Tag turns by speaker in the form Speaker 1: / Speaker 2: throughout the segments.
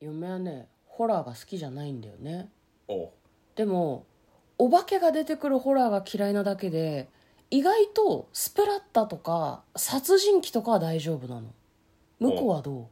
Speaker 1: 嫁はねホラーが好きじゃないんだよね
Speaker 2: おう
Speaker 1: でもお化けが出てくるホラーが嫌いなだけで意外とスプラッタとか殺人鬼とかは大丈夫なの向こうはど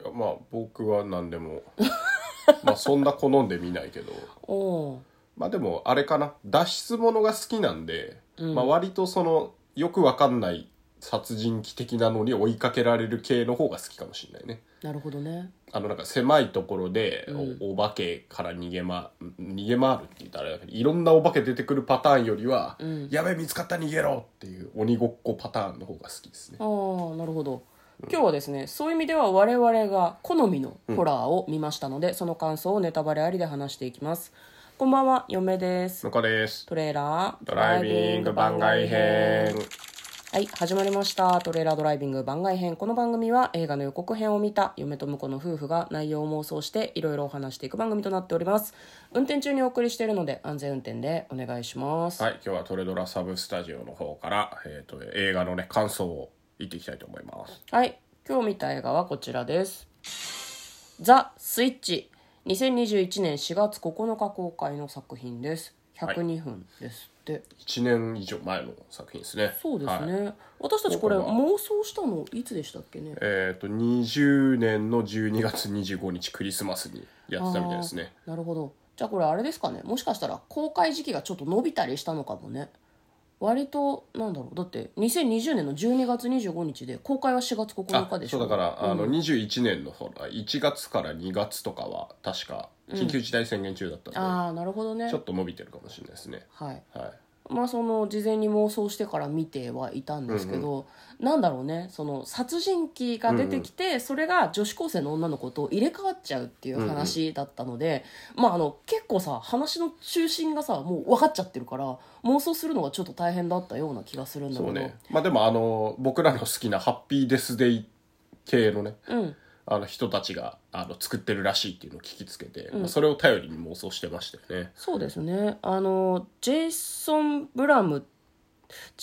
Speaker 2: いやまあ僕は何でも まあそんな好んで見ないけど
Speaker 1: うおう
Speaker 2: まあでもあれかな脱出ものが好きなんで、
Speaker 1: うん
Speaker 2: まあ割とそのよくわかんない殺人鬼的なのに追いかけられる系の方が好きかもしれないね
Speaker 1: なるほどね
Speaker 2: あのなんか狭いところで
Speaker 1: うん
Speaker 2: おお化けから逃げ,、ま、逃げ回るって言ったらあれだけどいろんなお化け出てくるパターンよりは、
Speaker 1: うん
Speaker 2: やべえ見つかった逃げろっていう鬼ごっこパターンの方が好きですね
Speaker 1: ああなるほど今日はですねそういう意味では我々が好みのホラーを見ましたので、その感想をネタバレありで話していきますこんばんは嫁です
Speaker 2: のかです
Speaker 1: トレーラー
Speaker 2: ドライビング番外編
Speaker 1: はい始まりましたトレーラードライビング番外編この番組は映画の予告編を見た嫁と婿の夫婦が内容を妄想していろいろお話していく番組となっております運転中にお送りしているので安全運転でお願いします
Speaker 2: はい、今日はトレドラサブスタジオの方から、えー、と映画のね感想を言っていきたいと思います。
Speaker 1: はい今日見た映画はこちらです「ザ・スイッチ」2021年4月9日公開の作品です102分ですって、
Speaker 2: 1年以上前の作品ですね。
Speaker 1: そうです
Speaker 2: はい
Speaker 1: ね、私たちこれ妄想したのいつでしたっけね
Speaker 2: えっ、と20年の12月25日クリスマスにやってたみたいですね。
Speaker 1: あーなるほどじゃあこれあれですかねもしかしたら公開時期がちょっと伸びたりしたのかもね割となんだろうだって2020年の12月25日で公開は4月9日でし
Speaker 2: そ
Speaker 1: ょ
Speaker 2: うだから、あの21年のほら1月から2月とかは確か緊急事態宣言中だったんで、
Speaker 1: ああなるほどね
Speaker 2: ちょっと伸びてるかもしれないですね。
Speaker 1: はい
Speaker 2: はい、
Speaker 1: まあその事前に妄想してから見てはいたんですけど、なんだろうねその殺人鬼が出てきて、それが女子高生の女の子と入れ替わっちゃうっていう話だったので、まああの結構さ話の中心がさもう分かっちゃってるから妄想するのがちょっと大変だったような気がするんだけ
Speaker 2: そ
Speaker 1: ど
Speaker 2: うね。まあでもあの僕らの好きなハッピーデスデイ系のね、
Speaker 1: うん
Speaker 2: あの人たちがあの作ってるらしいっていうのを聞きつけて、まあそれを頼りに妄想してましたよね。
Speaker 1: そうですねあのジェイソン・ブラム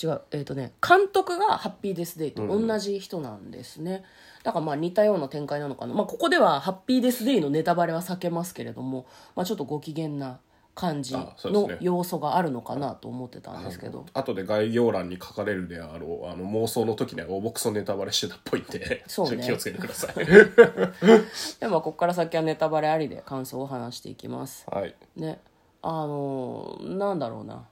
Speaker 1: 違うえっ、とね監督が「ハッピーデス・デイ」と同じ人なんですね、だからまあ似たような展開なのかな、まあ、ここでは「ハッピーデス・デイ」のネタバレは避けますけれども、まあ、ちょっとご機嫌な感じ
Speaker 2: あそうです
Speaker 1: の
Speaker 2: ね
Speaker 1: 要素があるのかなと思ってたんですけど、
Speaker 2: 後で概要欄に書かれるであろうあの妄想の時にはおぼくそネタバレしてたっぽいんで、
Speaker 1: そうね
Speaker 2: ちょっと気をつけてく ださい。
Speaker 1: でもここから先はネタバレありで感想を話していきます
Speaker 2: はい。
Speaker 1: ねあのなんだろうな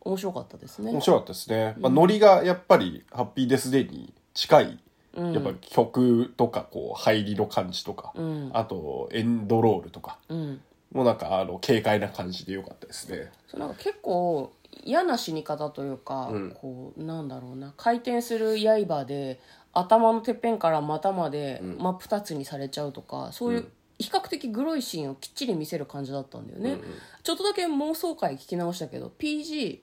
Speaker 1: 面白かったですね
Speaker 2: 面白かったですね。まあ、ノリがやっぱりハッピーデスデイに近い、やっぱ曲とかこう入りの感じとか、あとエンドロールとか、
Speaker 1: うん
Speaker 2: もうなんかあの軽快な感じで良かったですね。
Speaker 1: そうなんか結構嫌な死に方というか、こうなんだろうな回転する刃で頭のてっぺんから股まで真っ二つにされちゃうとかそういう比較的グロいシーンをきっちり見せる感じだったんだよね、ちょっとだけ妄想会聞き直したけど PGR15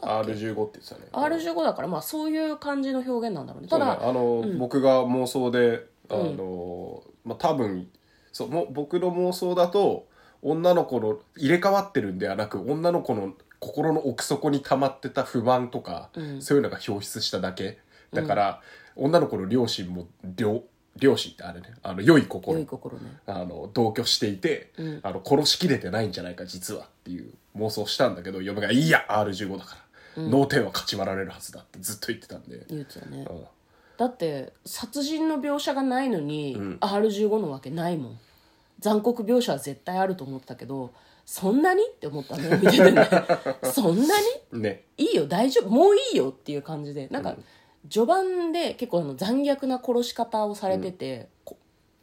Speaker 1: だっけ
Speaker 2: R15 って言ってたね。
Speaker 1: R15 だからまあそういう感じの表現なんだろうね
Speaker 2: そ
Speaker 1: た
Speaker 2: うね
Speaker 1: だ
Speaker 2: あの、僕が妄想であの、まあ、多分そうも僕の妄想だと女の子の入れ替わってるんではなく女の子の心の奥底に溜まってた不満とか、そういうのが表出しただけだから、女の子の両親も両両親ってあれねあの良い心
Speaker 1: 良い心ね
Speaker 2: あの同居していて、あの殺しきれてないんじゃないか実はっていう妄想したんだけど嫁が「いいや R15 だから、脳天は勝ち割られるはずだ」ってずっと言ってたんで。
Speaker 1: 憂鬱だね
Speaker 2: うん
Speaker 1: だって殺人の描写がないのに、R15 のわけないもん残酷描写は絶対あると思ったけどそんなにって思ったね 見ててねそんなに
Speaker 2: ね
Speaker 1: いいよ大丈夫もういいよっていう感じでなんか、序盤で結構あの残虐な殺し方をされてて、こ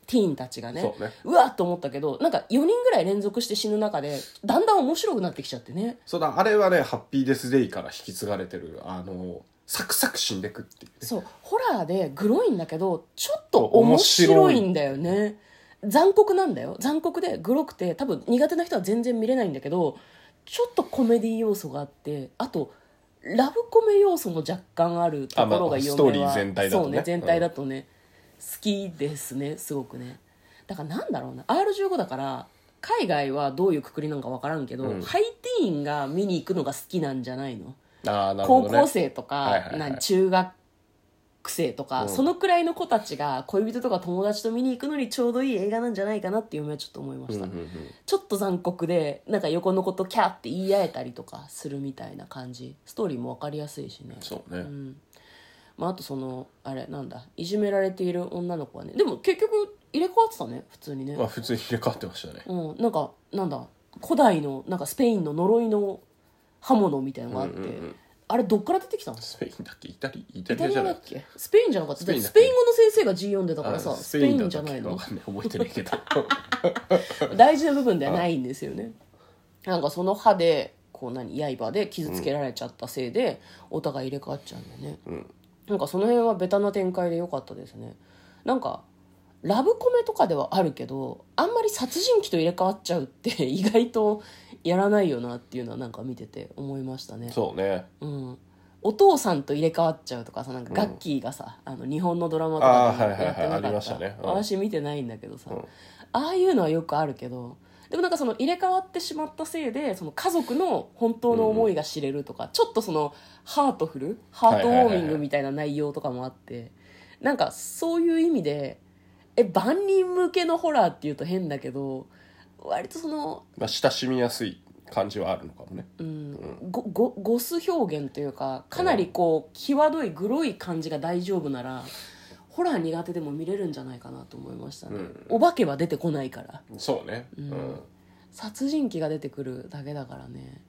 Speaker 1: ティーンたちがね
Speaker 2: そうね
Speaker 1: わっと思ったけどなんか4人ぐらい連続して死ぬ中でだんだん面白くなってきちゃってね
Speaker 2: そうだあれはねハッピーデスデイから引き継がれてるあのサクサク死んでくっていうね
Speaker 1: そうホラーでグロいんだけどちょっと面白いんだよね残酷なんだよ残酷でグロくて多分苦手な人は全然見れないんだけどちょっとコメディ要素があってあとラブコメ要素も若干あるところが
Speaker 2: あまあ
Speaker 1: 嫁は
Speaker 2: ストーリー全体だとね
Speaker 1: そうね全体だとね、好きですねすごくねだからなんだろうな R15 だから海外はどういうくくりなのか分からんけど、ハイティーンが見に行くのが好きなんじゃないの
Speaker 2: ああなるほ
Speaker 1: 高
Speaker 2: どね
Speaker 1: 校生とか、
Speaker 2: はいはいはい
Speaker 1: な中学学生とか、
Speaker 2: うん
Speaker 1: そのくらいの子たちが恋人とか友達と見に行くのにちょうどいい映画なんじゃないかなっていう夢はちょっと思いました、ちょっと残酷でなんか横の子とキャーって言い合えたりとかするみたいな感じストーリーも分かりやすいしね
Speaker 2: そうね、
Speaker 1: んまあ、あとそのあれなんだいじめられている女の子はねでも結局入れ替わってたね普通にね
Speaker 2: まあ普通に入れ替わってましたね
Speaker 1: うん、なんかなんだ古代のなんかスペインの呪いの刃物みたいなのがあって、
Speaker 2: うんうんうん
Speaker 1: あれどっから出てきたの
Speaker 2: スペインだっけイタリイタ
Speaker 1: イ
Speaker 2: リ
Speaker 1: タ
Speaker 2: ア
Speaker 1: リ
Speaker 2: じ
Speaker 1: ア
Speaker 2: ゃ
Speaker 1: だ
Speaker 2: ない
Speaker 1: っけスペインじゃなかった
Speaker 2: ス
Speaker 1: だ
Speaker 2: ペ
Speaker 1: っ
Speaker 2: イ
Speaker 1: て
Speaker 2: ンだっ
Speaker 1: ス
Speaker 2: け
Speaker 1: ペイン語の先生が G 読んでたから
Speaker 2: あ
Speaker 1: さ
Speaker 2: ス
Speaker 1: ス
Speaker 2: ペ
Speaker 1: ペ
Speaker 2: イ
Speaker 1: イ
Speaker 2: ンだ
Speaker 1: ン
Speaker 2: っ
Speaker 1: じ
Speaker 2: た
Speaker 1: ゃ
Speaker 2: っけ
Speaker 1: ないの
Speaker 2: わかんない覚えてないけど
Speaker 1: 大事な部分ではないんですよねなんかその歯でこう何刃で傷つけられちゃったせいで、お互い入れ替わっちゃうんだよね、なんかその辺はベタな展開で良かったですねなんかラブコメとかではあるけどあんまり殺人鬼と入れ替わっちゃうって意外とやらないよなっていうのはなんか見てて思いましたね
Speaker 2: そうね
Speaker 1: うん、お父さんと入れ替わっちゃうとかさなんかガッキーがさ、あの日本のドラマとかで
Speaker 2: あーはいはいはい
Speaker 1: やってな
Speaker 2: あり
Speaker 1: か
Speaker 2: ま
Speaker 1: っ、
Speaker 2: したたねうん
Speaker 1: 私見てないんだけどさ、
Speaker 2: うん
Speaker 1: ああいうのはよくあるけどでもなんかその入れ替わってしまったせいでその家族の本当の思いが知れるとか、ちょっとそのハートフルハートウォーミングみたいな内容とかもあって、なんかそういう意味でえ万人向けのホラーっていうと変だけど割とその
Speaker 2: まあ親しみやすい感じはあるのかもね
Speaker 1: うん、ごごゴス表現というかかなりこう際どいグロい感じが大丈夫ならホラー苦手でも見れるんじゃないかなと思いましたね、
Speaker 2: うん
Speaker 1: お化けは出てこないから
Speaker 2: そうね
Speaker 1: う
Speaker 2: うんん、
Speaker 1: 殺人鬼が出てくるだけだからね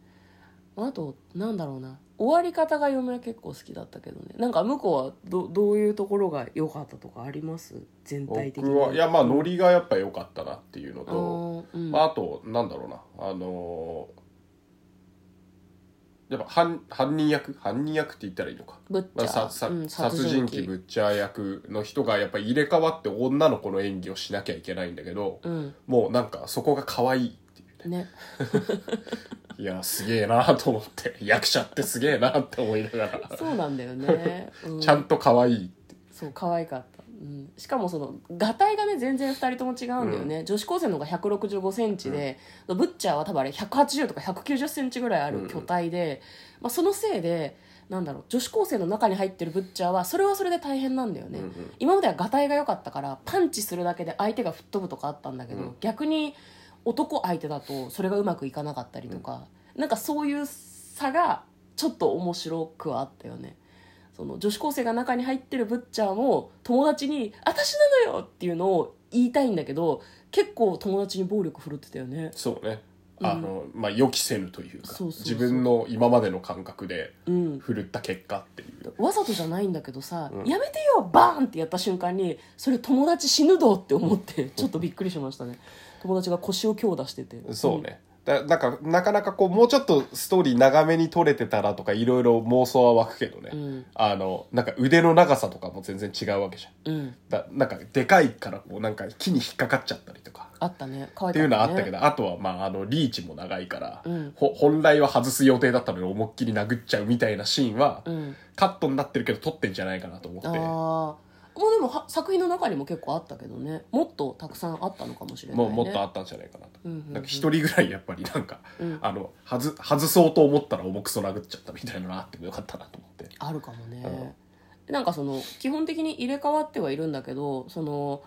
Speaker 1: あとなんだろうな終わり方が嫁は結構好きだったけどねなんか向こうはどどういうところが良かったとかあります全体的に
Speaker 2: 僕はいやまあノリがやっぱ良かったなっていうの
Speaker 1: あ
Speaker 2: と
Speaker 1: ーうん
Speaker 2: まあ、あとなんだろうなあのーやっぱ犯犯人役犯人役って言ったらいいのか、
Speaker 1: ブッチ
Speaker 2: ま
Speaker 1: ャー、
Speaker 2: あ、ささ
Speaker 1: うん
Speaker 2: 殺人鬼ブッチャー役の人がやっぱ入れ替わって女の子の演技をしなきゃいけないんだけど、
Speaker 1: うん
Speaker 2: もうなんかそこが可愛いっていうね
Speaker 1: ね
Speaker 2: いやすげえなと思って 役者ってすげえなって思いながら、
Speaker 1: そうなんだよね、うん
Speaker 2: ちゃんと可愛いって
Speaker 1: そう可愛かった、うん、しかもそのがたいがね全然2人とも違うんだよね、女子高生の方が1 6 5センチで、ブッチャーは多分あれ180とか1 9 0センチぐらいある巨体で、まあ、そのせいでなんだろう女子高生の中に入ってるブッチャーはそれはそれで大変なんだよね、
Speaker 2: うんうん
Speaker 1: 今まではがたいが良かったからパンチするだけで相手が吹っ飛ぶとかあったんだけど、
Speaker 2: うん
Speaker 1: 逆に男相手だとそれがうまくいかなかったりとか、なんかそういう差がちょっと面白くはあったよねその女子高生が中に入ってるブッチャーも友達に「私なのよ!」っていうのを言いたいんだけど結構友達に暴力振るってたよね
Speaker 2: そうねあの、まあ予期せぬというか
Speaker 1: そうそうそう
Speaker 2: 自分の今までの感覚で
Speaker 1: うん
Speaker 2: 振るった結果っていう
Speaker 1: わざとじゃないんだけどさ「
Speaker 2: うん
Speaker 1: やめてよバーン!」ってやった瞬間にそれ友達死ぬぞって思ってちょっとびっくりしましたね友達が腰を強打してて
Speaker 2: そうね、だなんかなかなかこうもうちょっとストーリー長めに撮れてたらとかいろいろ妄想は湧くけどね、
Speaker 1: うん
Speaker 2: あのなんか腕の長さとかも全然違うわけじゃん
Speaker 1: うん
Speaker 2: だなんかでかいからこうなんか木に引っかかっちゃったりとか
Speaker 1: あったね可愛
Speaker 2: っ
Speaker 1: か
Speaker 2: て
Speaker 1: ったね
Speaker 2: いうのはあったけど、あとはまああのリーチも長いから、
Speaker 1: うん
Speaker 2: ほ本来は外す予定だったのに思いっきり殴っちゃうみたいなシーンは、
Speaker 1: うん
Speaker 2: カットになってるけど撮ってんじゃないかなと思
Speaker 1: ああ
Speaker 2: っ
Speaker 1: もうでもは作品の中にも結構あったけどねもっとたくさんあったのかもしれ
Speaker 2: て、
Speaker 1: ない、ね、
Speaker 2: もうもっとあったんじゃないかなと。
Speaker 1: うんうんうん
Speaker 2: なんか一人ぐらいやっぱりなんか、
Speaker 1: うん
Speaker 2: あの外外そうと思ったら重くそ殴っちゃったみたいなのがあってもよかったなと思って
Speaker 1: あるかもね、なんかその基本的に入れ替わってはいるんだけどその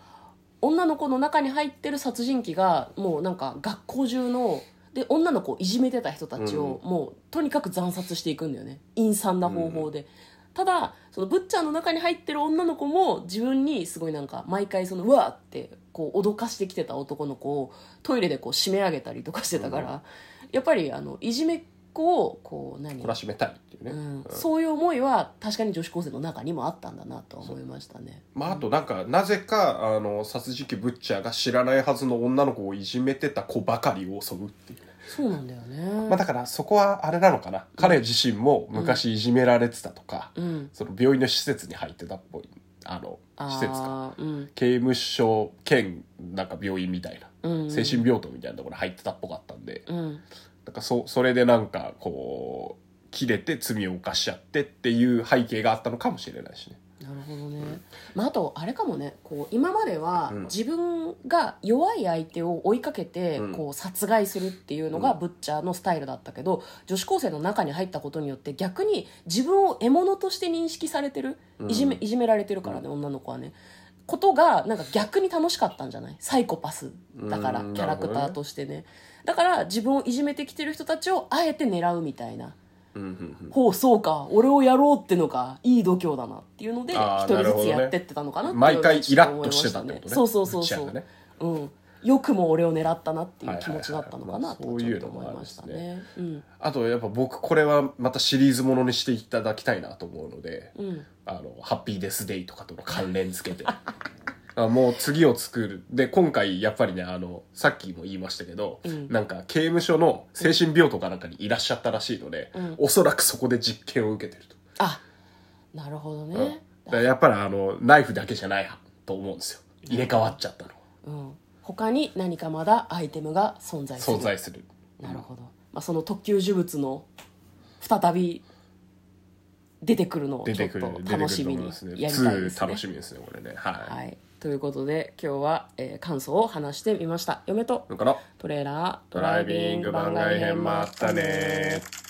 Speaker 1: 女の子の中に入ってる殺人鬼がもうなんか学校中ので女の子をいじめてた人たちをもうとにかく惨殺していくんだよね陰惨な方法で、ただそのブッチャーの中に入ってる女の子も自分にすごいなんか毎回そのうわーってこう脅かしてきてた男の子をトイレでこう締め上げたりとかしてたから、やっぱりあのいじめっ子をこう何
Speaker 2: 懲らしめたいっていうね、
Speaker 1: うん
Speaker 2: うん
Speaker 1: そういう思いは確かに女子高生の中にもあったんだなとは思いましたね。
Speaker 2: まあ、あとなんかなぜかあの殺人鬼ブッチャーが知らないはずの女の子をいじめてた子ばかりを襲うっていう
Speaker 1: そうなんだよね。
Speaker 2: まあ、だからそこはあれなのかな彼自身も昔いじめられてたとか、
Speaker 1: うん。
Speaker 2: その病院の施設に入ってたっぽいあの施設
Speaker 1: あ
Speaker 2: か
Speaker 1: ーうん。
Speaker 2: 刑務所兼なんか病院みたいな、
Speaker 1: うん
Speaker 2: 精神病棟みたいなところに入ってたっぽかったんで
Speaker 1: うん。
Speaker 2: なんかそそれでなんかこう切れて罪を犯しちゃってっていう背景があったのかもしれないしね
Speaker 1: なるほどね、まあ、あとあれかもねこう今までは
Speaker 2: うん
Speaker 1: 自分が弱い相手を追いかけて
Speaker 2: うん
Speaker 1: こう殺害するっていうのがブッチャーのスタイルだったけど女子高生の中に入ったことによって逆に自分を獲物として認識されてる
Speaker 2: うん
Speaker 1: いじめいじめられてるからね女の子はねことがなんか逆に楽しかったんじゃないサイコパスだから
Speaker 2: うん
Speaker 1: キャラクタ
Speaker 2: なるほど
Speaker 1: ー
Speaker 2: ね
Speaker 1: としてねだから自分をいじめてきてる人たちをあえて狙うみたいな。
Speaker 2: うんうん
Speaker 1: ほうそうか俺をやろうってのがいい度胸だなっていうので
Speaker 2: あー
Speaker 1: 一人ずつ
Speaker 2: なるほどね
Speaker 1: やってってたのかな
Speaker 2: う
Speaker 1: ってい
Speaker 2: ん
Speaker 1: う
Speaker 2: 毎
Speaker 1: のは
Speaker 2: 回イラ
Speaker 1: ちょっ
Speaker 2: ッと
Speaker 1: 思いま
Speaker 2: して
Speaker 1: た
Speaker 2: た
Speaker 1: ね
Speaker 2: ってことね
Speaker 1: そうそうそう
Speaker 2: ブッチャ
Speaker 1: そ
Speaker 2: ーが
Speaker 1: う、
Speaker 2: ね
Speaker 1: うんよくも俺を狙ったなっていう気持ちだったのかな
Speaker 2: はい
Speaker 1: と
Speaker 2: はい
Speaker 1: ち
Speaker 2: は
Speaker 1: ょ
Speaker 2: いは
Speaker 1: っ
Speaker 2: い
Speaker 1: と思いましたねうん
Speaker 2: あとやっぱ僕これはまたシリーズものにしていただきたいなと思うので、
Speaker 1: うん
Speaker 2: あのハッピーデスデイとかとの関連付けて あもう次を作るで今回やっぱりねあのさっきも言いましたけど、
Speaker 1: うん
Speaker 2: なんか刑務所の精神病棟かなんかにいらっしゃったらしいので、
Speaker 1: うん
Speaker 2: おそらくそこで実験を受けてると、
Speaker 1: あなるほど
Speaker 2: うん
Speaker 1: ね、
Speaker 2: だからやっぱりあのナイフだけじゃないと思うんですよ入れ替わっちゃったのは
Speaker 1: うん、他に何かまだアイテムが存在する
Speaker 2: 存在する
Speaker 1: なるほど、まあ、その特級呪物の再び出てくるのを
Speaker 2: 出
Speaker 1: ちょ
Speaker 2: て
Speaker 1: っ
Speaker 2: く
Speaker 1: と
Speaker 2: る出てくる
Speaker 1: 楽しみに
Speaker 2: と思いますね
Speaker 1: やりたいです
Speaker 2: 2
Speaker 1: ね
Speaker 2: 楽しみですねこれねはい、
Speaker 1: はい、ということで今日は、えー感想を話してみました嫁と
Speaker 2: だから
Speaker 1: トレーラード
Speaker 2: ドライビング番外編もあったねー